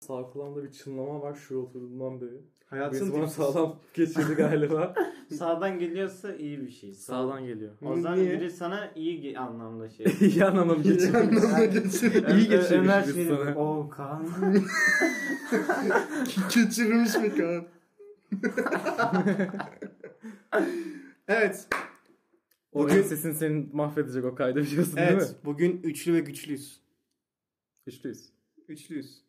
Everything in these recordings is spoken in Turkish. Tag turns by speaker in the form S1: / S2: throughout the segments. S1: sağ kulağımda bir çınlama var şu oturduğumdan beri. Birisi
S2: Hayatın
S1: bana sağlam geçirdi galiba.
S3: Sağdan geliyorsa iyi bir şey. Sağ-
S1: Sağdan geliyor.
S3: O zaman
S2: Niye?
S3: biri sana iyi ge- anlamda şey.
S1: İyi anlamam geçirdi.
S2: Anlamına geçirmiş.
S1: İyi
S3: Ö- Ö-
S1: geçirmiş
S3: Ömer
S1: biz
S3: şey
S1: sana.
S3: O Kaan.
S2: Geçirmiş mi Kaan? evet.
S1: Oyun
S2: Bugün-
S1: sesini senin mahvedecek o kaydı biliyorsun değil
S2: Evet.
S1: mi?
S2: Bugün üçlü ve güçlüyüz.
S1: Güçlüyüz.
S2: Üçlüyüz.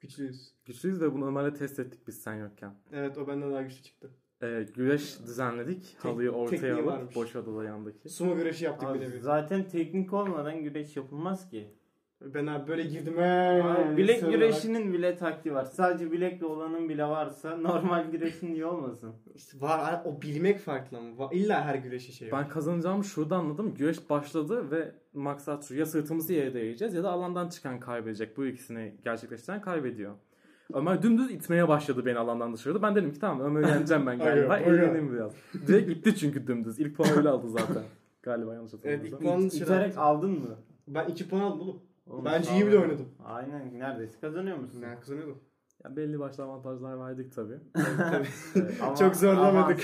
S2: Güçlüyüz.
S1: Güçlüyüz de bunu Ömer'le test ettik biz sen yokken.
S2: Evet o benden daha güçlü çıktı.
S1: Ee, güreş düzenledik. Halıyı ortaya
S2: tekniği
S1: alıp
S2: varmış.
S1: boş odada yandaki.
S2: Sumo güreşi yaptık
S3: Abi
S2: bir nevi.
S3: zaten teknik olmadan güreş yapılmaz ki.
S2: Ben abi böyle girdim. Ee,
S3: Abi bilek
S2: sarılarak.
S3: güreşinin bile taktiği var. Sadece bilekle olanın bile varsa normal güreşin niye olmasın?
S2: İşte var, o bilmek farklı ama. Va- İlla her güreşi şey var.
S1: Ben kazanacağımı şurada anladım. Güreş başladı ve maksat şu. Ya sırtımızı yere değeceğiz ya da alandan çıkan kaybedecek. Bu ikisini gerçekleştiren kaybediyor. Ömer dümdüz itmeye başladı beni alandan dışarıda. Ben dedim ki tamam Ömer'i yeneceğim ben galiba.
S2: Aga, aga.
S1: Eğleneyim biraz. Direkt gitti çünkü dümdüz. İlk puanı öyle aldı zaten. Galiba yanlış
S2: Evet ilk
S1: hatırlamıyorsam.
S2: puanı
S3: İt- İterek
S2: dışarı
S3: aldın mı?
S2: Ben iki puan aldım oğlum.
S3: Oğlum,
S2: Bence
S3: sağ
S2: iyi bile
S3: ol.
S2: oynadım.
S3: Aynen neredeyse kazanıyor musun?
S2: Ne kazanıyordum.
S1: Ya belli başlı avantajlar verdik tabii. Ee,
S2: Tabii.
S1: Evet,
S3: Ama-
S2: Çok zorlamadık.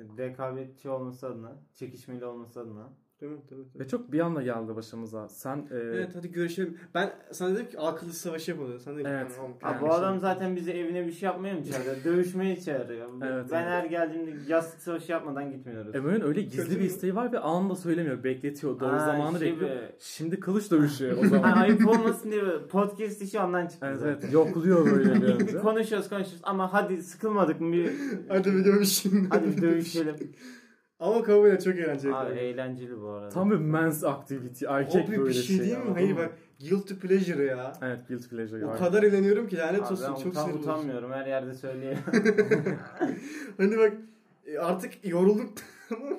S3: ama rekabetçi olması adına, çekişmeli olması adına.
S2: Tamam tamam.
S1: Ve çok bir anda geldi başımıza. Sen e,
S2: Evet hadi görüşelim. Ben sana dedim ki akıllı savaşı yapalım. Sen dedin
S1: Evet.
S2: ki tamam.
S3: Abi
S1: şey
S3: bu adam zaten bizi evine bir şey yapmaya mı çağırıyor? Dövüşmeye çağırıyor.
S1: Evet,
S3: ben
S1: evet.
S3: her geldiğimde yastık savaşı yapmadan gitmiyoruz.
S1: Ömer'in öyle gizli
S2: Kötü
S1: bir
S2: mü?
S1: isteği var ve anında söylemiyor. Bekletiyor. Doğru
S3: Aa,
S1: zamanı
S3: şey
S1: bekliyor.
S3: be.
S1: Şimdi kılıç dövüşü o
S3: Ha,
S1: zaman.
S3: ayıp olmasın diye böyle podcast işi ondan çıktı.
S1: evet,
S3: zaten.
S1: evet. Yokluyor böyle bir önce.
S3: Konuşuyoruz konuşuyoruz ama hadi sıkılmadık mı bir
S2: Hadi bir dövüşelim.
S3: hadi
S1: şey
S3: bir dövüşelim.
S2: Ama kabul et çok eğlenceli.
S3: Abi eğlenceli bu arada.
S1: Tam bir men's activity. Erkek
S2: o bir,
S1: böyle
S2: bir şey değil mi?
S1: anladın
S2: Hayır
S1: mı?
S2: bak guilty pleasure ya.
S1: Evet guilty pleasure.
S2: O
S1: var.
S2: kadar eğleniyorum ki lanet
S3: Abi
S2: olsun
S3: ben
S2: çok
S3: utan-
S2: sinir bozucu.
S3: utanmıyorum her yerde söyleyeyim.
S2: Hani bak e, artık yorulduk tamam.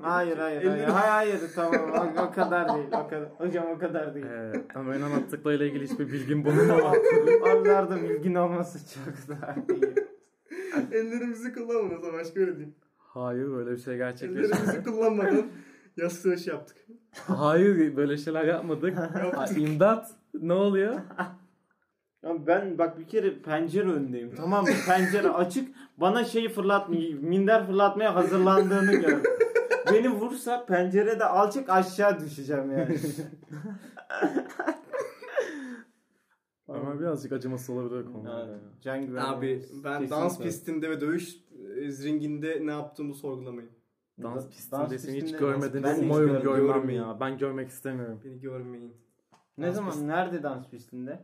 S3: hayır hayır hayır.
S2: Elini-
S3: hayır tamam o, o kadar değil. O kadar. Hocam o kadar değil.
S1: Evet, Ömer'in anlattıklarıyla ilgili hiçbir bilgim bulunamadı.
S3: Oralarda bilgin olması çok daha iyi.
S2: Ellerimizi kullanmadan o zaman başka öyle diyeyim.
S1: Hayır böyle bir şey gerçekleşmedi.
S2: Ellerimizi kullanmadan yastık savaşı yaptık.
S1: Hayır böyle şeyler yapmadık. Ha, İmdat ne oluyor?
S3: Ya ben bak bir kere pencere önündeyim tamam mı? Pencere açık. Bana şeyi fırlatmıyor. Minder fırlatmaya hazırlandığını gördüm. Beni vursa pencerede alçak aşağı düşeceğim yani.
S1: Ömer birazcık acımasız olabilir konuda.
S3: Yani Can güven.
S2: Abi ben
S3: Kesinlikle.
S2: dans pistinde ve dövüş e, ringinde ne yaptığımı sorgulamayın.
S1: Dans
S3: Dans
S1: pistinde seni hiç
S3: pistinde-
S1: görmediğini
S3: Ben hiç
S1: umarım
S3: görmedim.
S1: görmem
S2: Görmeyeyim.
S1: ya. Ben görmek istemiyorum.
S2: Beni görmeyin.
S3: Ne
S2: Dans
S3: zaman
S2: pisti-
S3: nerede dans pistinde?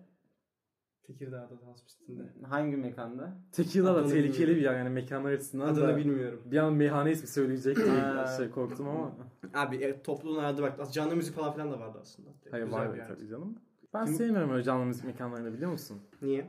S2: Tekirdağ'da dans pistinde.
S3: Hangi mekanda?
S1: Tekila da
S2: Adını
S1: tehlikeli
S2: bilmiyorum.
S1: bir yer yani mekanlar açısından
S2: Adını
S1: da.
S2: bilmiyorum.
S1: Bir an meyhane ismi söyleyecek diye
S3: Ha.
S1: şey korktum ama.
S2: Abi e, topluluğun aradı bak canlı müzik falan filan da vardı aslında.
S1: Hayır
S2: Güzel
S1: var
S2: bir
S1: ya
S2: yerdi.
S1: tabii canım. Ben
S2: Kim-
S1: sevmiyorum öyle canlı müzik mekanlarını biliyor musun?
S2: Niye?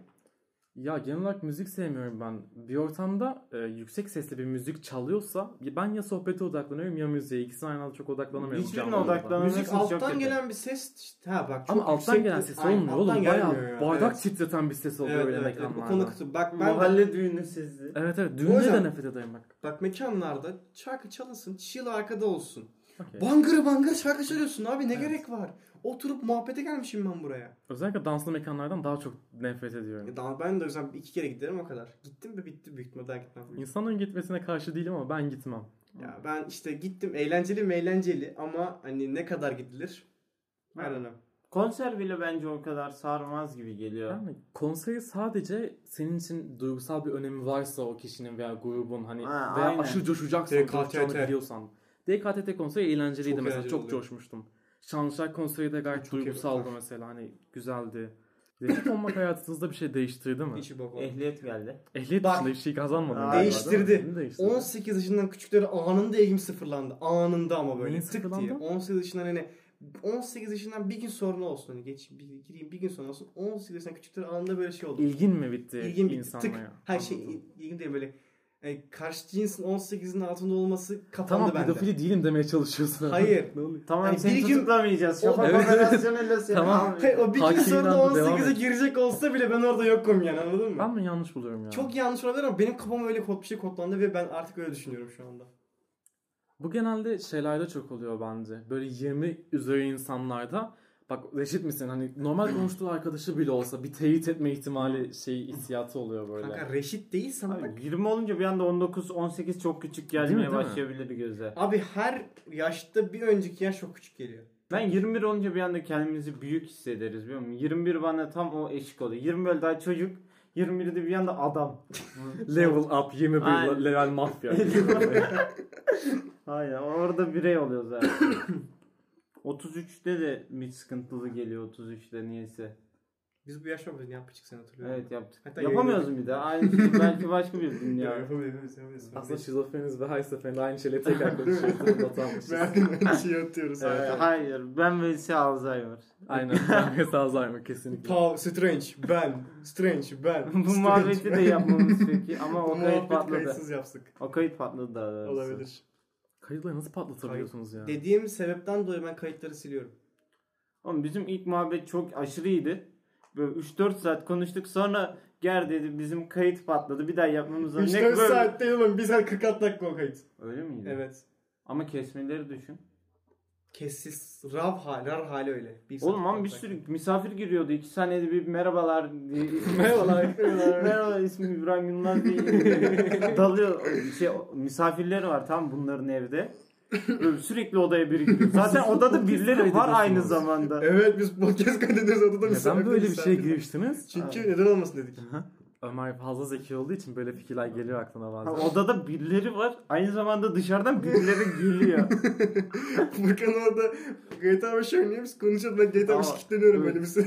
S1: Ya genel olarak müzik sevmiyorum ben. Bir ortamda e, yüksek sesli bir müzik çalıyorsa ben ya sohbete odaklanıyorum ya müziğe. İkisine aynı anda çok odaklanamıyorum.
S3: Hiçbirine
S1: canlı olarak.
S3: odaklanamıyorum. Anlaması
S2: Müzik
S3: çok
S2: alttan
S3: kötü.
S2: gelen bir ses. işte- Ha bak çok
S1: Ama alttan
S2: yüksek-
S1: gelen ses
S2: Aynen,
S1: olmuyor
S2: alttan
S1: oğlum.
S2: gelmiyor
S1: Bayağı
S2: ya,
S1: bardak
S2: evet.
S1: titreten bir ses oluyor
S2: Evet,
S1: öyle
S2: evet, evet,
S1: mekanlarda.
S2: bu konuda katılıyorum. Bak ben
S3: Mahalle düğünü sizi.
S1: Evet evet düğünde de
S2: yüzden-
S1: nefret ederim bak.
S2: bak mekanlarda şarkı çalınsın, chill arkada olsun.
S1: Okey.
S2: Bangır bangır şarkı çalıyorsun abi ne
S1: Evet.
S2: gerek var? Oturup muhabbete gelmişim ben buraya.
S1: Özellikle danslı mekanlardan daha çok nefret ediyorum.
S2: Ya daha ben de o yüzden iki kere giderim o kadar. Gittim ve bitti büyük ihtimalle daha gitmem.
S1: İnsanların gitmesine karşı değilim ama ben gitmem.
S2: Ya
S1: Hmm.
S2: ben işte gittim eğlenceli mi eğlenceli ama hani ne kadar gidilir? I don't know.
S3: Konser bile bence o kadar sarmaz gibi geliyor.
S1: Yani konseri sadece senin için duygusal bir önemi varsa o kişinin veya grubun hani
S3: Ha,
S1: veya
S3: aynen.
S1: aşırı coşacaksan,
S2: DKTT.
S1: coşacağını biliyorsan. DKTT konseri eğlenceliydi
S2: Çok
S1: mesela.
S2: eğlenceli
S1: çok
S2: oluyor.
S1: coşmuştum. Şanlıurfa konseri de gayet
S2: Çok iyi
S1: duygusaldı
S2: bakar.
S1: mesela. Hani güzeldi. Renkli olmak hayatınızda bir şey değiştirdi mi?
S2: İçi bok oldu.
S3: Ehliyet geldi.
S1: Ehliyet
S2: Bak,
S1: dışında bir şey kazanmadın.
S3: Aa,
S1: galiba, değil mi?
S2: değiştirdi.
S1: Beni değiştirdi.
S2: 18 yaşından küçükleri anında eğim sıfırlandı. Anında ama böyle
S1: Neyin
S2: tık
S1: sıfırlandı?
S2: diye. 18 yaşından hani 18 yaşından bir gün sonra olsun. Hani geç bir, gireyim bir gün sonra olsun. 18 yaşından küçükleri anında böyle şey oldu.
S1: İlgin mi bitti
S2: İlgin bir
S1: insanla
S2: tık.
S1: ya?
S2: Her şey
S1: Anladım.
S2: il- ilgin değil böyle. Yani karşı cinsin 18'in altında olması kapandı
S1: Tamam
S2: bende.
S1: pedofili değilim demeye çalışıyorsun.
S2: Hayır.
S1: ne oluyor?
S3: Tamam
S2: Yani
S3: seni
S2: bir gün-
S3: tutuklamayacağız.
S2: O-
S3: Şafak
S1: Evet, evet.
S3: operasyonuyla seni
S1: Tamam.
S3: almayacağız.
S2: Hayır, o bir gün
S1: Hakimin
S2: sonra
S1: adı devam
S2: 18'e
S1: et.
S2: girecek olsa bile ben orada yokum yani anladın mı?
S1: Ben mi yanlış buluyorum ya?
S2: Çok yanlış olabilir ama benim kafam öyle kod, bir şey kodlandı ve ben artık öyle düşünüyorum şu anda.
S1: Bu genelde şeylerde çok oluyor bence. Böyle 20 üzeri insanlarda. Bak reşit misin? Hani normal konuştuğu arkadaşı bile olsa bir teyit etme ihtimali şey hissiyatı oluyor böyle.
S2: Kanka reşit değil sandık.
S3: Abi 20 olunca bir anda 19 18 çok küçük
S1: Değil mi,
S3: gelmeye
S1: değil mi?
S3: başlayabilir göze.
S2: Abi her yaşta bir önceki yaş çok küçük geliyor.
S3: Ben 21 olunca bir anda kendimizi büyük hissederiz biliyor musun? 21 bana tam o eşik oluyor. 20 böyle daha çocuk. 21'de bir anda adam.
S1: Level up 21
S3: Aynen.
S1: level mafya.
S3: Aynen orada birey oluyor zaten. 33'te de bir sıkıntılı geliyor 33'te niyeyse.
S2: Biz bu yaş yapmadık ne yapmıştık sen hatırlıyorum.
S3: Evet yaptık.
S2: Hatta
S3: Yapamıyoruz bir daha. Aynı şeyi belki başka bir
S2: Ya,
S3: dünya.
S2: yapamayız, yapamayız.
S1: Aslında şizofreniz ve her seferinde aynı şeyle tekrar konuşuyoruz. Batanmışız.
S2: Ben şey atıyoruz.
S3: Ee, hayır ben Veysi Alzheimer.
S1: Aynen. Ben mesela Alzheimer kesinlikle.
S2: Paul, Strange, ben, Strange, ben.
S3: Bu
S2: Strange,
S3: muhabbeti de
S2: ben.
S3: yapmamız peki ama
S2: Bu
S3: o kayıt
S2: muhabbet
S3: patladı.
S2: kayıtsız yapsak.
S3: O kayıt patladı da. arası.
S2: Olabilir.
S1: Kayıtları nasıl patlatabiliyorsunuz ya?
S2: Dediğim sebepten dolayı ben kayıtları siliyorum.
S3: Oğlum bizim ilk muhabbet çok aşırı iyiydi. Böyle 3-4 saat konuştuk sonra gel dedi bizim kayıt patladı bir daha yapmamız lazım.
S2: 3-4
S3: Ne böyle-
S2: saat değil oğlum. 1 saat 46 dakika o kayıt.
S3: Öyle miydi?
S2: Evet.
S3: Ama kesmeleri düşün.
S2: Kessiz, rav hali, rar hali öyle. Bir saat
S3: Oğlum ama bir
S2: 46
S3: sürü
S2: dakika.
S3: misafir giriyordu. 2 saniyede bir merhabalar diye.
S2: Merhabalar.
S3: Merhaba ismim İbrahim Yılmaz diye giriyor. dalıyor. Şey, misafirleri var tam bunların evde. Böyle sürekli odaya birikiyor. Zaten odada birileri var aynı zamanda.
S2: evet biz podcast kaydediyoruz odada bir
S1: Neden
S2: sebep
S1: böyle bir şey? şeye
S2: değil
S3: şey
S2: zaten.
S1: giriştiniz?
S2: Çünkü neden olmasın dedik.
S1: Ömer fazla zeki olduğu için böyle fikirler geliyor aklına
S3: Ha,
S1: bazen.
S3: odada birileri var. Aynı zamanda dışarıdan birileri geliyor.
S2: Furkan orada GTA 5 oynuyor biz konuşuyoruz ben GTA 5
S3: Ama-
S2: kilitleniyorum böyle bir sürü.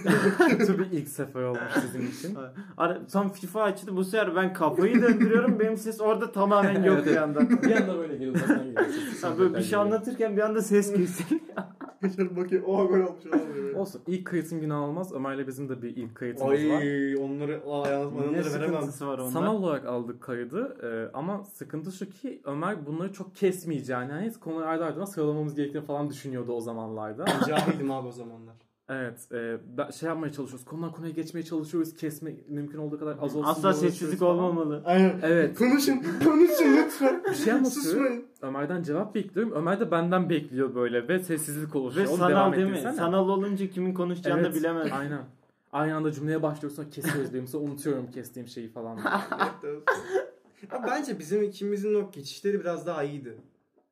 S1: Tabii ilk sefer olmuş sizin için.
S3: Ara- Tam FIFA açtı bu sefer ben kafayı döndürüyorum. Benim ses orada tamamen yok
S1: Evet,
S3: bir
S1: evet.
S3: anda.
S1: bir anda böyle geliyor. uzaktan geliyor.
S3: Ha, böyle bir şey anlatırken bir anda ses kesildi.
S2: Şöyle bakıyor oha gol olmuş oha böyle.
S1: Olsun. ilk kayıtın günah olmaz. Ömer'le bizim de bir ilk kayıtımız var.
S2: Ay onları aa yalnız bana
S3: ne
S2: onları veremem.
S3: sıkıntısı var onda?
S1: Sanal olarak aldık kaydı Ee, ama sıkıntı şu ki Ömer bunları çok kesmeyeceğini hani yani konuları ardı ardına sıralamamız gerektiğini falan düşünüyordu o zamanlarda.
S2: Cahildim abi o zamanlar.
S1: evet e, ben- şey yapmaya çalışıyoruz konudan konuya geçmeye çalışıyoruz kesme mümkün olduğu kadar az olsun diye
S3: Asla sessizlik
S1: uğraşıyoruz falan.
S3: olmamalı.
S2: Aynen.
S1: Evet
S2: Konuşun konuşun lütfen.
S1: bir şey anlatıyorum
S2: Susmayın.
S1: Ömer'den cevap bekliyorum Ömer de benden bekliyor böyle ve sessizlik oluşuyor
S3: Ve
S1: Oğlum
S3: sanal
S1: devam
S3: değil mi?
S1: ettirsene.
S3: Sanal olunca kimin konuşacağını
S1: Evet,
S3: da bilemez.
S1: Aynen. Aynı anda cümleye başlıyoruz sonra kesiyoruz benim sonra unutuyorum kestiğim şeyi falan.
S2: Abi bence bizim ikimizin o geçişleri biraz daha iyiydi.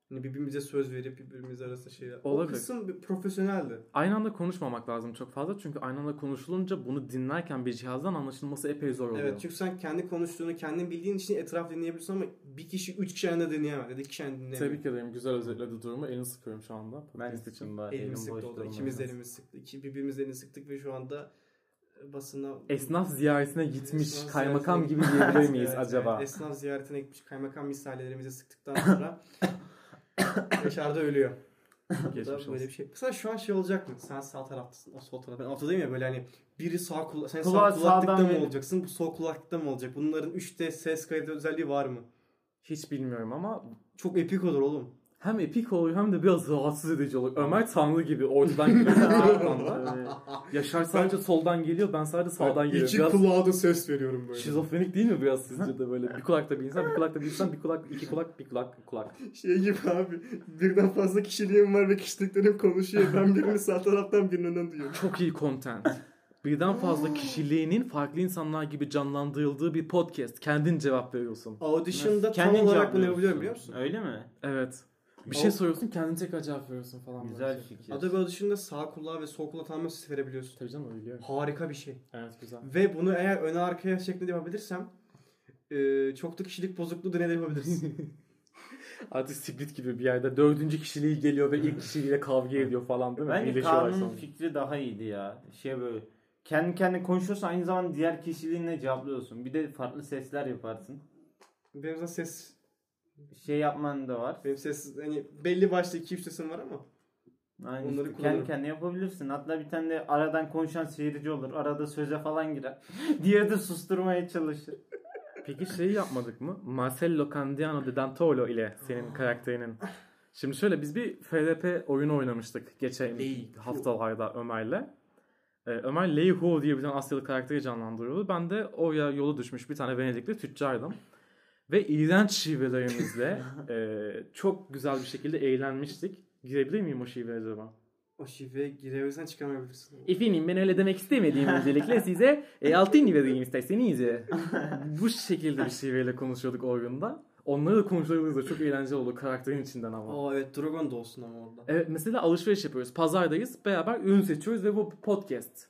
S2: Hani birbirimize söz verip birbirimiz arasında şeyler. O
S1: Olabilir.
S2: kısım bir profesyoneldi.
S1: aynı anda konuşmamak lazım çok fazla çünkü aynı anda konuşulunca bunu dinlerken bir cihazdan anlaşılması epey zor oluyor.
S2: Evet çünkü sen kendi konuştuğunu kendin bildiğin için etraf dinleyebilirsin ama bir kişi üç kişi aynı anda dinleyemez. Ya da iki kişi aynı dinleyemez.
S1: Tebrik ederim. Güzel özetledi durumu. Elini sıkıyorum şu anda.
S3: Ben
S1: Podcast için.
S3: için bari. elim
S2: Elimiz
S3: boş
S2: sıktı oldu.
S3: durmaz.
S2: İkimiz de elimiz sıktı. İki, birbirimiz elini sıktık ve şu anda e, basına...
S1: Esnaf ziyaretine gitmiş
S2: Esnaf
S1: kaymakam
S2: ziyaretine-
S1: gibi diyebilir
S2: Evet,
S1: miyiz
S2: evet,
S1: acaba?
S2: evet. Esnaf ziyaretine gitmiş kaymakam misalelerimizi sıktıktan sonra dışarıda ölüyor. Bu
S1: Geçmiş
S2: da
S1: olsun.
S2: böyle bir şey. Mesela şu an şey olacak mı? Sen sağ taraftasın, o sol taraf. Ben ortadayım ya böyle hani biri sağ kulak, sen
S3: Kulağı
S2: sağ kulaklıkta
S3: sağdan
S2: mı
S3: verin.
S2: olacaksın, bu sol kulaklıkta mı olacak? Bunların 3D ses kaydı özelliği var mı?
S1: Hiç bilmiyorum ama
S2: Çok epik olur oğlum.
S1: hem epik oluyor hem de biraz rahatsız edici oluyor. Ömer Tanrı gibi ortadan geliyor. sağdan anda.
S3: Evet.
S1: Yaşar sadece soldan geliyor. Ben sadece sağdan geliyorum.
S2: İki
S1: Biraz
S2: kulağa da ses veriyorum böyle.
S1: şizofrenik değil mi biraz sizce de böyle? Bir kulakta bir insan, bir kulakta bir insan, bir kulak, iki kulak, bir kulak, bir kulak.
S2: Şey gibi abi. Birden fazla kişiliğim var ve kişiliklerim konuşuyor. Ben birini sağ taraftan birini önden duyuyorum.
S1: Çok iyi content. Birden fazla kişiliğinin farklı insanlar gibi canlandırıldığı bir podcast. Kendin cevap veriyorsun.
S2: Audition'da tam
S3: Kendin
S2: olarak
S3: cevaplıyorsun.
S2: bunu yapabiliyorum biliyor musun?
S3: Öyle mi?
S1: Evet. Bir
S2: O-
S1: şey soruyorsun kendin tekrar cevap veriyorsun falan.
S3: Güzel
S1: böyle şey.
S3: fikir.
S2: Adobe Audition'da sağ kulağa ve sol kulağa tamamen ses verebiliyorsun.
S1: Tabii canım öyle biliyorum.
S2: Harika bir şey.
S1: Evet güzel.
S2: Ve bunu eğer öne arkaya şeklinde yapabilirsem e, çok da kişilik bozukluğu deneyde yapabilirsin.
S1: Artık split gibi bir yerde dördüncü kişiliği geliyor ve ilk kişiliğiyle kavga ediyor falan değil mi?
S3: Bence
S1: Birleşiyorlar
S3: Kaan'ın
S1: sonra.
S3: fikri daha iyiydi ya. Şey böyle kendi kendine konuşuyorsun aynı zamanda diğer kişiliğinle cevaplıyorsun. Bir de farklı sesler yaparsın.
S2: benim zaten ses
S3: Şey yapman da var.
S2: benim ses hani belli başlı iki üç sesim var ama
S3: Aynı
S2: Onları
S3: işte
S2: kullanırım.
S3: kendi kendine yapabilirsin. Hatta bir tane de aradan konuşan seyirci olur. Arada söze falan girer. Diğeri de susturmaya çalışır.
S1: Peki şeyi yapmadık mı? Marcello Candiano de Dantolo ile senin karakterinin. Şimdi şöyle biz bir FRP oyunu oynamıştık geçen
S2: Lei Hu.
S1: haftalarda Ömer'le. Ee, Ömer Lei Hu diye bir tane Asyalı karakteri canlandırıyordu. Ben de oraya yolu düşmüş bir tane Venedikli tüccardım. Ve iğrenç şivelerimizle e, çok güzel bir şekilde eğlenmiştik. Girebilir miyim o şiveye acaba?
S2: O şifreye girebilirsen çıkamayabilirsin.
S1: Efendim ben öyle demek istemediğim öncelikle size e, altın vereyim isterseniz. Bu şekilde bir şiveyle konuşuyorduk oyunda. Onları da konuşuyoruz da çok eğlenceli oldu karakterin içinden ama.
S2: Aa evet Dragon da olsun ama orada.
S1: Evet mesela alışveriş yapıyoruz. Pazardayız. Beraber ürün seçiyoruz ve bu podcast.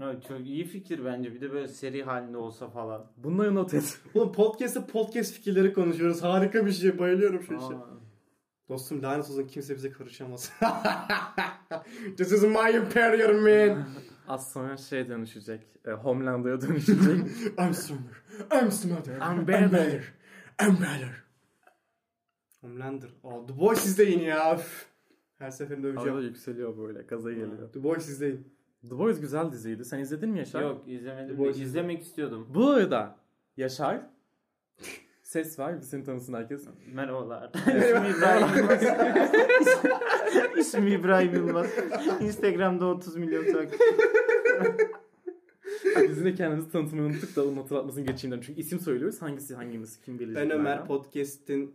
S3: Ha, çok iyi fikir bence. Bir de böyle seri halinde olsa falan.
S1: Bunları not et.
S2: Oğlum podcast'te podcast fikirleri konuşuyoruz. Harika bir şey. Bayılıyorum şu işe.
S3: Aa.
S2: Dostum lanet olsun kimse bize karışamaz. This is my imperial man.
S1: Az sonra şey dönüşecek. E, Homelander'a dönüşecek.
S2: I'm stronger. I'm smarter.
S1: I'm better.
S2: I'm better. Homelander. Aa, The Boys izleyin ya. Üf. Her seferinde
S1: Arada
S2: öveceğim.
S1: yükseliyor böyle. Gaza geliyor.
S2: The Boys izleyin.
S1: The Boys güzel diziydi. Sen izledin mi Yaşar?
S3: Yok izlemedim.
S2: Bu
S3: de
S2: açıdan.
S3: İzlemek istiyordum.
S1: Bu arada Yaşar ses var. Seni tanısın herkes.
S3: Merhabalar. İsmim İbrahim Yılmaz. İsmim İbrahim Yılmaz. Instagram'da 30 milyon takip.
S1: Biz yine kendimizi tanıtmayı unuttuk da onun hatırlatmasını geçeyim dedim. Çünkü isim söylüyoruz. Hangisi hangimiz kim bilecek.
S2: Ben Ömer
S1: nereden?
S2: podcast'in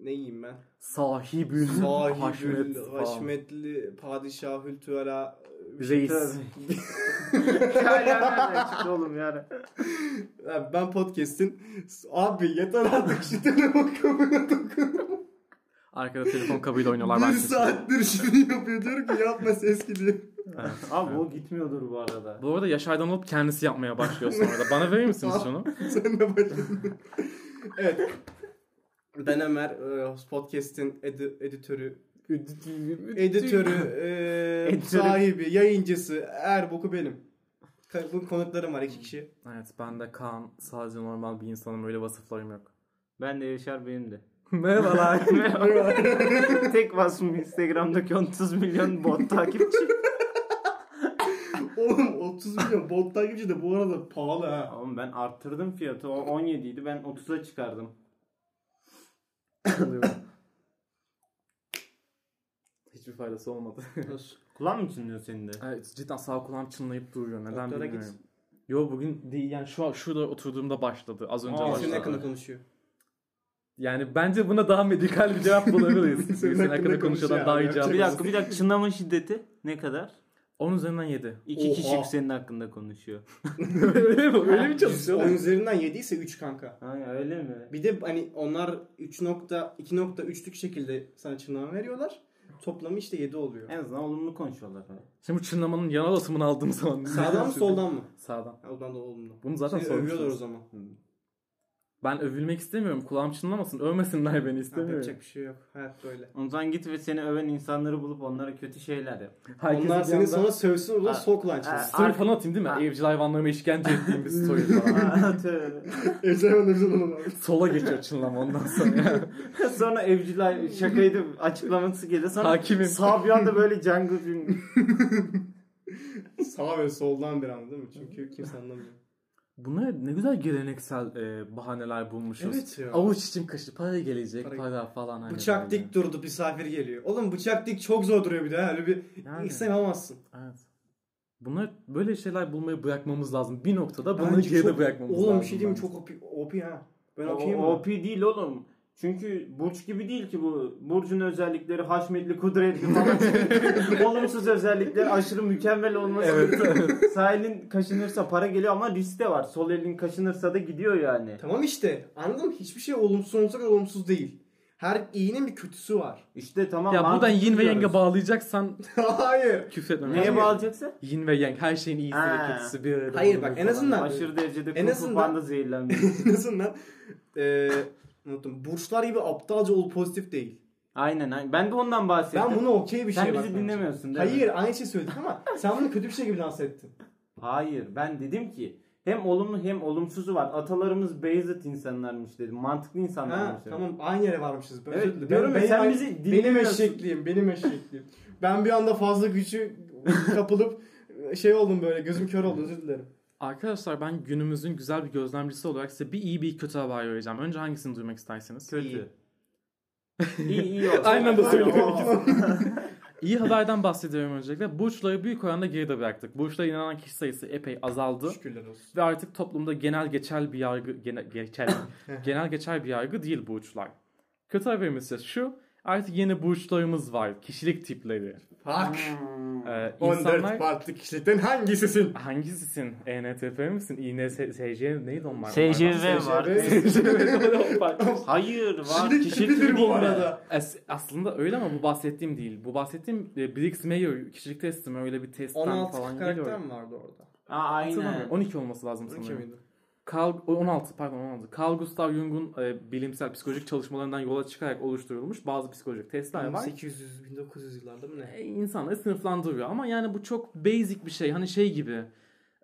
S2: neyim ben?
S1: Sahibül.
S2: Sahibül,
S1: falan.
S2: Haşmetli, Padişah, Hültüela,
S1: Reis.
S3: Hala nereden çıktı oğlum yani?
S2: Abi ben podcast'in abi yeter artık şu telefon kameraya dokunuyorum.
S1: Arkada telefon kabıyla oynuyorlar.
S2: Bir
S1: ben
S2: saattir şunu yapıyor diyorum ki yapma ses gidiyor.
S1: Evet.
S3: Abi o gitmiyordur bu arada.
S1: Bu arada Yaşar'dan olup kendisi yapmaya başlıyor sonra da. Bana verir misiniz şunu?
S2: Sen de başladın. evet. Ben Ömer, e, podcast'in edi- editörü, editörü, e,
S3: Editörü.
S2: sahibi, yayıncısı, her boku benim. Ka- Bu konuklarım var iki kişi.
S1: Evet ben de Kaan sadece normal bir insanım. Öyle vasıflarım yok.
S3: Ben de Yaşar benim de.
S1: Merhabalar.
S3: Tek vasfım Instagram'daki 30 milyon bot takipçi.
S2: Oğlum 30 milyon bot takipçi de bu arada pahalı ha.
S3: Oğlum ben arttırdım fiyatı. O 17 idi ben 30'a çıkardım.
S1: Hiçbir faydası olmadı.
S3: Kulağın mı çınlıyor senin de?
S1: Evet, cidden sağ kulağım çınlayıp duruyor. Neden
S2: Doktora git.
S1: bilmiyorum. Yo bugün değil yani şu an şurada oturduğumda başladı. Az önce
S3: Aa,
S2: Senin
S1: başladı.
S3: Başladı.
S2: hakkında konuşuyor.
S1: Yani bence buna daha medikal bir cevap bulabiliriz.
S2: Senin
S1: Senin
S2: hakkında
S1: hakkında konuşuyordan
S2: konuşuyor
S1: daha
S2: abi.
S1: iyi cevap
S3: Bir
S1: buluruz.
S3: dakika bir dakika çınlama şiddeti ne kadar?
S1: 10 üzerinden 7.
S3: İki
S2: Oha.
S3: kişi senin hakkında konuşuyor.
S1: öyle mi? Öyle mi çalışıyorlar?
S2: 10 üzerinden 7 ise 3 kanka.
S3: Ha öyle mi?
S2: Bir de hani onlar 3 nokta, 2.3'lük şekilde sana çınlama veriyorlar. Toplamı işte 7 oluyor.
S3: En azından olumlu konuşuyorlar. hani.
S1: Şimdi bu çınlamanın yan alasımını aldığım zaman.
S2: Sağdan mı soldan mı?
S1: Sağdan.
S2: Ha, Oradan da olumlu.
S1: Bunu zaten
S2: Seni övüyorlar o
S1: sormuşsunuz.
S2: zaman.
S1: Ben övülmek istemiyorum. Kulağım çınlamasın. Övmesinler beni
S2: Ha,
S1: istemiyorum.
S2: yapacak bir şey yok. Hayat böyle.
S3: O zaman git ve seni öven insanları bulup onlara kötü şeyler yap.
S1: Herkesi
S2: Onlar
S1: bir
S2: seni
S1: yandan-
S2: sana sövsün orada
S3: Ha,
S2: sok lan
S3: ha.
S2: çalsın.
S1: Story falan atayım değil mi?
S3: Ha.
S1: Evcil hayvanlarıma işkence ettiğim bir story falan.
S3: Aa, tövbe.
S2: Ecem de bize dolanıyor.
S1: Sola geçiyor çınlama ondan sonra.
S3: sonra evciler şakaydı açıklaması gelir. Sonra
S1: Hakimim.
S3: sağ bir anda böyle jungle film.
S2: Sağ ve soldan bir anda değil mi? Çünkü kimse anlamıyor.
S1: Bunlar ne güzel geleneksel e, bahaneler bulmuşuz.
S2: Evet ya.
S1: Avuç içim kaşı para gelecek para,
S2: Para-
S1: falan. hani
S2: Bıçak
S1: böyle.
S2: dik durdu misafir geliyor. Oğlum bıçak dik çok zor duruyor bir de. ha. Öyle bir
S1: Yani.
S2: İhsan alamazsın.
S1: Evet. Bunlar böyle şeyler bulmayı bırakmamız lazım. Bir noktada bunları
S2: Bence
S1: geride
S2: çok-
S1: bırakmamız lazım.
S2: Oğlum bir şey diyeyim mi?
S1: bence.
S2: Çok OP, OP ha. Ben
S3: O-
S2: okuyayım mı?
S3: OP değil oğlum. Çünkü burç gibi değil ki bu. Burcun özellikleri haşmetli, kudretli falan. Olumsuz özellikler aşırı mükemmel olması. Evet. Sağ elin kaşınırsa para geliyor ama risk de var. Sol elin kaşınırsa da gidiyor yani.
S2: Tamam işte. Anladın mı? Hiçbir şey olumsuz sonsuza kadar olumsuz değil. Her iyinin bir kötüsü var.
S3: İşte tamam.
S1: Ya buradan
S3: mantıklı
S1: yin ve
S3: diyoruz.
S1: yenge bağlayacaksan
S2: Hayır.
S1: küfretmem.
S3: Neye
S1: lazım.
S3: bağlayacaksa?
S1: Yin ve yang her şeyin iyisi
S3: Ha.
S1: ve kötüsü bir arada.
S2: Hayır
S1: bulunur
S2: bak, en
S1: falan.
S2: azından-
S3: Aşırı derecede
S2: En
S3: kung fu
S2: azından-
S3: panda zehirlenmiş.
S2: en azından e, unuttum. Burçlar gibi aptalca ol pozitif değil.
S3: aynen aynen. Ben de ondan bahsettim.
S2: Ben bunu okey bir
S3: Sen
S2: şey
S3: bizi
S2: bence.
S3: dinlemiyorsun değil mi?
S2: Hayır aynı şey söyledik ama sen bunu kötü bir şey gibi lanse ettin.
S3: Hayır ben dedim ki hem olumlu hem olumsuzu var. Atalarımız beyzit insanlarmış dedim. Mantıklı
S2: Ha,
S3: insanlarmış. dedim.
S2: tamam aynı yere varmışız. Ben
S3: Evet,
S2: özür dilerim.
S3: diyorum ya, sen
S2: ay-
S3: bizi
S2: Benim
S3: dinlemiyorsun.
S2: eşekliğim, benim eşekliğim. ben bir anda fazla gücü kapılıp şey oldum böyle gözüm kör oldu özür dilerim.
S1: Arkadaşlar ben günümüzün güzel bir gözlemcisi olarak size bir iyi bir kötü haber vereceğim. Önce hangisini duymak istersiniz?
S3: Kötü. iyi iyi olsun.
S1: Aynı anda söylemek
S3: Oo.
S1: İyi haberden bahsediyorum öncelikle. Burçları büyük oranda geride bıraktık. Burçlara inanan kişi sayısı epey azaldı.
S2: Şükürler olsun.
S1: Ve artık toplumda genel geçer bir yargı genel geçer genel geçer bir yargı değil bu uçlar. Kötü haberimiz ise şu. Artık yeni burçlarımız var. Kişilik tipleri.
S4: Hak.
S3: Hmm.
S1: Ee,
S4: 14
S1: insanlar
S4: farklı kişilikten hangisisin?
S1: hangisisin? E ENTP misin? İNSCJ neydi onlar?
S3: SJV var. Hayır var.
S4: Kişilik
S3: Kişi
S4: tipidir
S3: tipi
S4: bu
S3: değil
S4: arada.
S1: As- aslında öyle ama bu bahsettiğim değil. Bu bahsettiğim e, Briggs Mayer kişilik testi mi öyle bir testten
S2: 16
S1: falan
S2: karakter
S1: geliyor.
S2: mi vardı orada?
S3: Aa, aynen.
S1: Hatırlamıyorum. 12 olması lazım
S2: 12
S1: sanırım.
S2: miydi?
S1: Carl, 16 pardon 16. Carl Gustav Jung'un e, bilimsel psikolojik çalışmalarından yola çıkarak oluşturulmuş bazı psikolojik testler var.
S2: 1800 1900 yıllarda mı ne?
S1: E, insanları sınıflandırıyor ama yani bu çok basic bir şey. Hani şey gibi.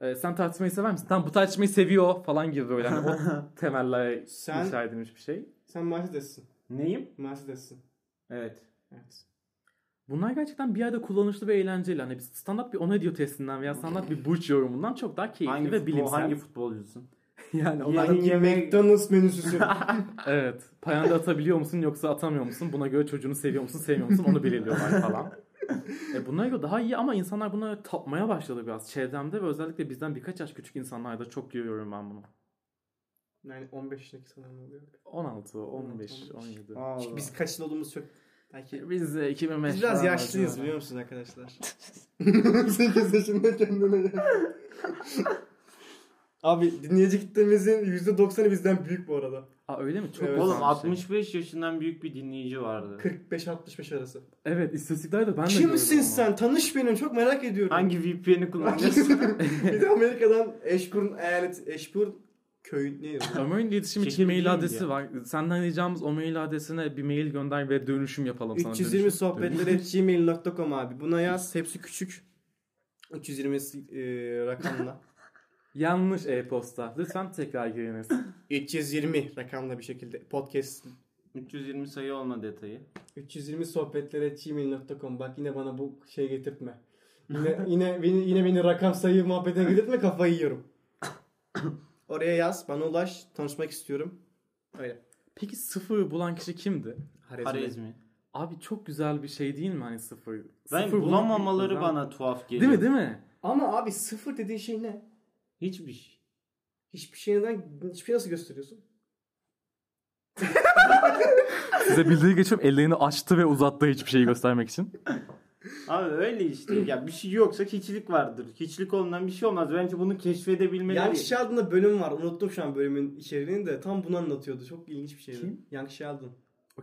S1: e, sen tartışmayı sever misin? Tam bu tartışmayı seviyor falan gibi böyle. Hani o temellere
S2: Sen-
S1: inşa edilmiş bir şey.
S2: Sen Mercedes'sin.
S3: Neyim?
S2: Mercedes'sin.
S3: Evet.
S2: Evet.
S1: Bunlar gerçekten bir yerde kullanışlı ve eğlenceli. Hani bir standart bir onediyo testinden veya standart bir burç yorumundan çok daha keyifli
S3: Hangi,
S1: ve
S3: futbol,
S1: bilimsel.
S3: hangi futbolcusun?
S1: Yani onlar-
S3: Yani yemek.
S2: McDonald's menüsüsü.
S1: evet. Payanda atabiliyor musun yoksa atamıyor musun? Buna göre çocuğunu seviyor musun sevmiyor musun? Onu belirliyorlar falan. E bunlara göre daha iyi ama insanlar bunlara tapmaya başladı biraz. Çevremde ve özellikle bizden birkaç yaş küçük insanlarda çok görüyorum ben bunu.
S2: yani 15 yaşındaki sanırım oluyor.
S1: 16, 15, 17.
S2: Çünkü biz kaç yıl olduğumuz çok belki
S1: Biz de 2005
S2: Biz biraz
S1: falan
S2: yaşlıyız
S1: acaba.
S2: biliyor musunuz arkadaşlar? 8 yaşında kendine yaşlı. Abi dinleyici kitlemizin %90'ı bizden büyük bu arada.
S1: Aa, öyle mi? Çok
S2: Evet.
S1: güzel bir
S3: Oğlum
S1: şey.
S3: 65 yaşından büyük bir dinleyici vardı.
S2: 45-65 arası.
S1: Evet istatistiklerde ben de
S2: Kimsin
S1: gördüm ama.
S2: sen? Tanış benim çok merak ediyorum.
S3: Hangi VPN'i kullanıyorsun?
S2: bir de Amerika'dan Ashburn eyalet Ashburn köyü ne yazıyor?
S1: Ömer'in iletişim için
S3: Şehir
S1: mail
S3: değil
S1: adresi
S3: ya.
S1: var. Senden ricamız o mail adresine bir mail gönder ve dönüşüm yapalım sana.
S2: 320
S1: Dönüşüm-
S2: sohbetleri gmail.com abi. Buna yaz. Hepsi küçük. 320 e, rakamla.
S1: Yanlış e-posta. Lütfen tekrar giriniz.
S2: 320 rakamla bir şekilde podcast
S3: 320 sayı olma detayı.
S2: 320 sohbetlere gmail.com bak yine bana bu şey getirtme. Yine yine beni yine beni rakam sayı muhabbetine getirtme kafayı yiyorum. Oraya yaz, bana ulaş, tanışmak istiyorum. Öyle.
S1: Peki sıfırı bulan kişi kimdi?
S3: Harizmi.
S1: Abi çok güzel bir şey değil mi hani sıfır?
S3: Ben
S1: Sıfır
S3: bulamamaları
S1: bulan-
S3: bana tuhaf geliyor.
S1: Değil mi değil mi?
S2: Ama abi sıfır dediğin şey ne?
S3: Hiçbir şey.
S2: Hiçbir şey neden, hiçbir şey nasıl gösteriyorsun?
S1: Size bildiri geçiyorum ellerini açtı ve uzattı hiçbir şeyi göstermek için.
S3: Abi öyle işte. ya bir şey yoksa hiçlik vardır. Hiçlik olmadan bir şey olmaz. Bence bunu keşfedebilmeleri.
S2: Young Sheldon'da şey bölüm var. Unuttum şu an bölümün içeriğini de. Tam bunu anlatıyordu. Çok ilginç bir şeydi.
S1: Kim?
S2: Young Sheldon.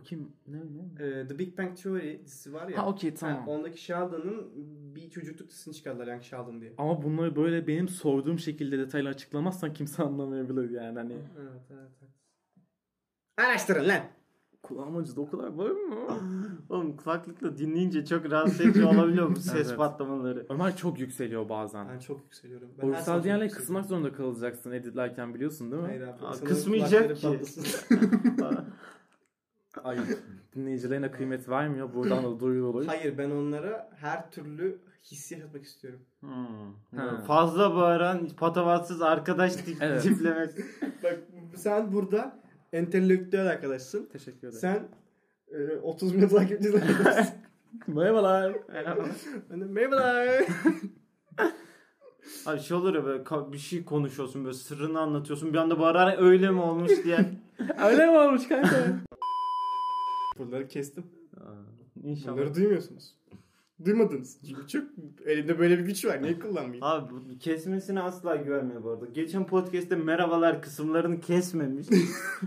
S1: O kim? Ne ne?
S2: Ee, The Big Bang Theory dizisi var ya.
S1: Ha okey
S2: Ha,
S1: tamam.
S2: Ondaki Sheldon'ın bir çocukluk dizisini çıkardılar Young Sheldon diye.
S1: Ama bunları böyle benim sorduğum şekilde detaylı açıklamazsan kimse anlamayabilir yani hani.
S2: Evet, evet, evet. Araştırın lan.
S1: Kulağım acıdı o kadar var mı?
S3: Oğlum kulaklıkla dinleyince çok rahatsız edici olabiliyor bu ses
S1: Evet.
S3: patlamaları.
S1: Ömer çok yükseliyor bazen.
S2: Ben çok yükseliyorum. Ben her
S1: Oysal
S2: sabah
S1: diyenle
S2: yükseliyorum.
S1: kısmak zorunda kalacaksın editlerken biliyorsun değil mi?
S2: Hayır abi.
S3: Aa,
S2: insanın
S3: kısmayacak
S2: kulakları
S3: ki.
S2: patlasın.
S1: Ay dinleyicilerine kıymet vermiyor. Buradan da duyurulur.
S2: Hayır ben onlara her türlü hissi yapmak istiyorum.
S3: Hmm.
S1: Ha.
S3: Fazla bağıran patavatsız arkadaş tip-
S1: Evet.
S3: tiplemesi.
S2: Bak sen burada entelektüel arkadaşsın.
S1: Teşekkür ederim.
S2: Sen e, 30 milyon takipçisi arkadaşsın.
S1: Merhabalar.
S2: Ben de Merhabalar.
S3: Abi şey olur ya böyle ka- bir şey konuşuyorsun böyle sırrını anlatıyorsun bir anda bağırarak öyle mi olmuş diye.
S1: Öyle mi olmuş kanka?
S2: Buraları kestim.
S3: Aa, İnşallah.
S2: Bunları duymuyorsunuz. Duymadınız. Çünkü çok elimde böyle bir güç var. Niye kullanmayayım?
S3: Abi bu kesmesine asla güvenme bu arada. Geçen podcast'te merhabalar kısımlarını kesmemiş.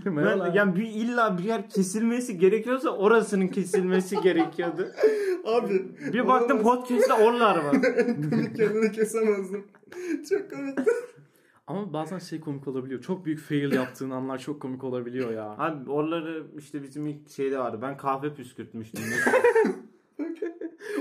S3: ben,
S1: Merhabalar.
S3: yani bir illa bir yer kesilmesi gerekiyorsa orasının kesilmesi gerekiyordu.
S2: Abi.
S3: Bir baktım
S2: olamaz.
S3: podcast'te orlar var.
S2: Kendini kesemezdim. Çok komik.
S1: Ama bazen şey komik olabiliyor. Çok büyük fail yaptığın anlar çok komik olabiliyor ya.
S3: Abi orları işte bizim ilk şeyde vardı. Ben kahve püskürtmüştüm.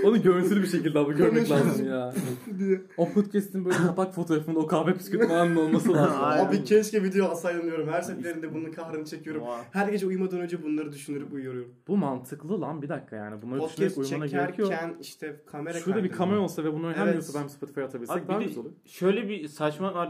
S1: Onu görüntülü bir şekilde ama görmek
S2: Konuşalım.
S1: lazım ya.
S2: diye.
S1: O podcast'in böyle kapak fotoğrafında o kahve püskürtme anının olması lazım.
S3: Aynen.
S2: Abi keşke video alsaydım diyorum. Her seferinde bunun kahrını çekiyorum.
S3: Oha.
S2: Her gece uyumadan önce bunları düşünürüp uyuyorum.
S1: Bu mantıklı lan bir dakika yani. Bunları düşünerek
S2: Podcast
S1: uyumana gerek yok.
S2: çekerken işte kamera
S1: Şurada bir
S2: kaydını-
S1: kamera olsa ve bunu hem
S2: Evet.
S1: YouTube'a hem Spotify'a atabilsek
S3: Abi
S1: daha
S3: bir de
S1: güzel olur.
S3: şöyle bir saçma var.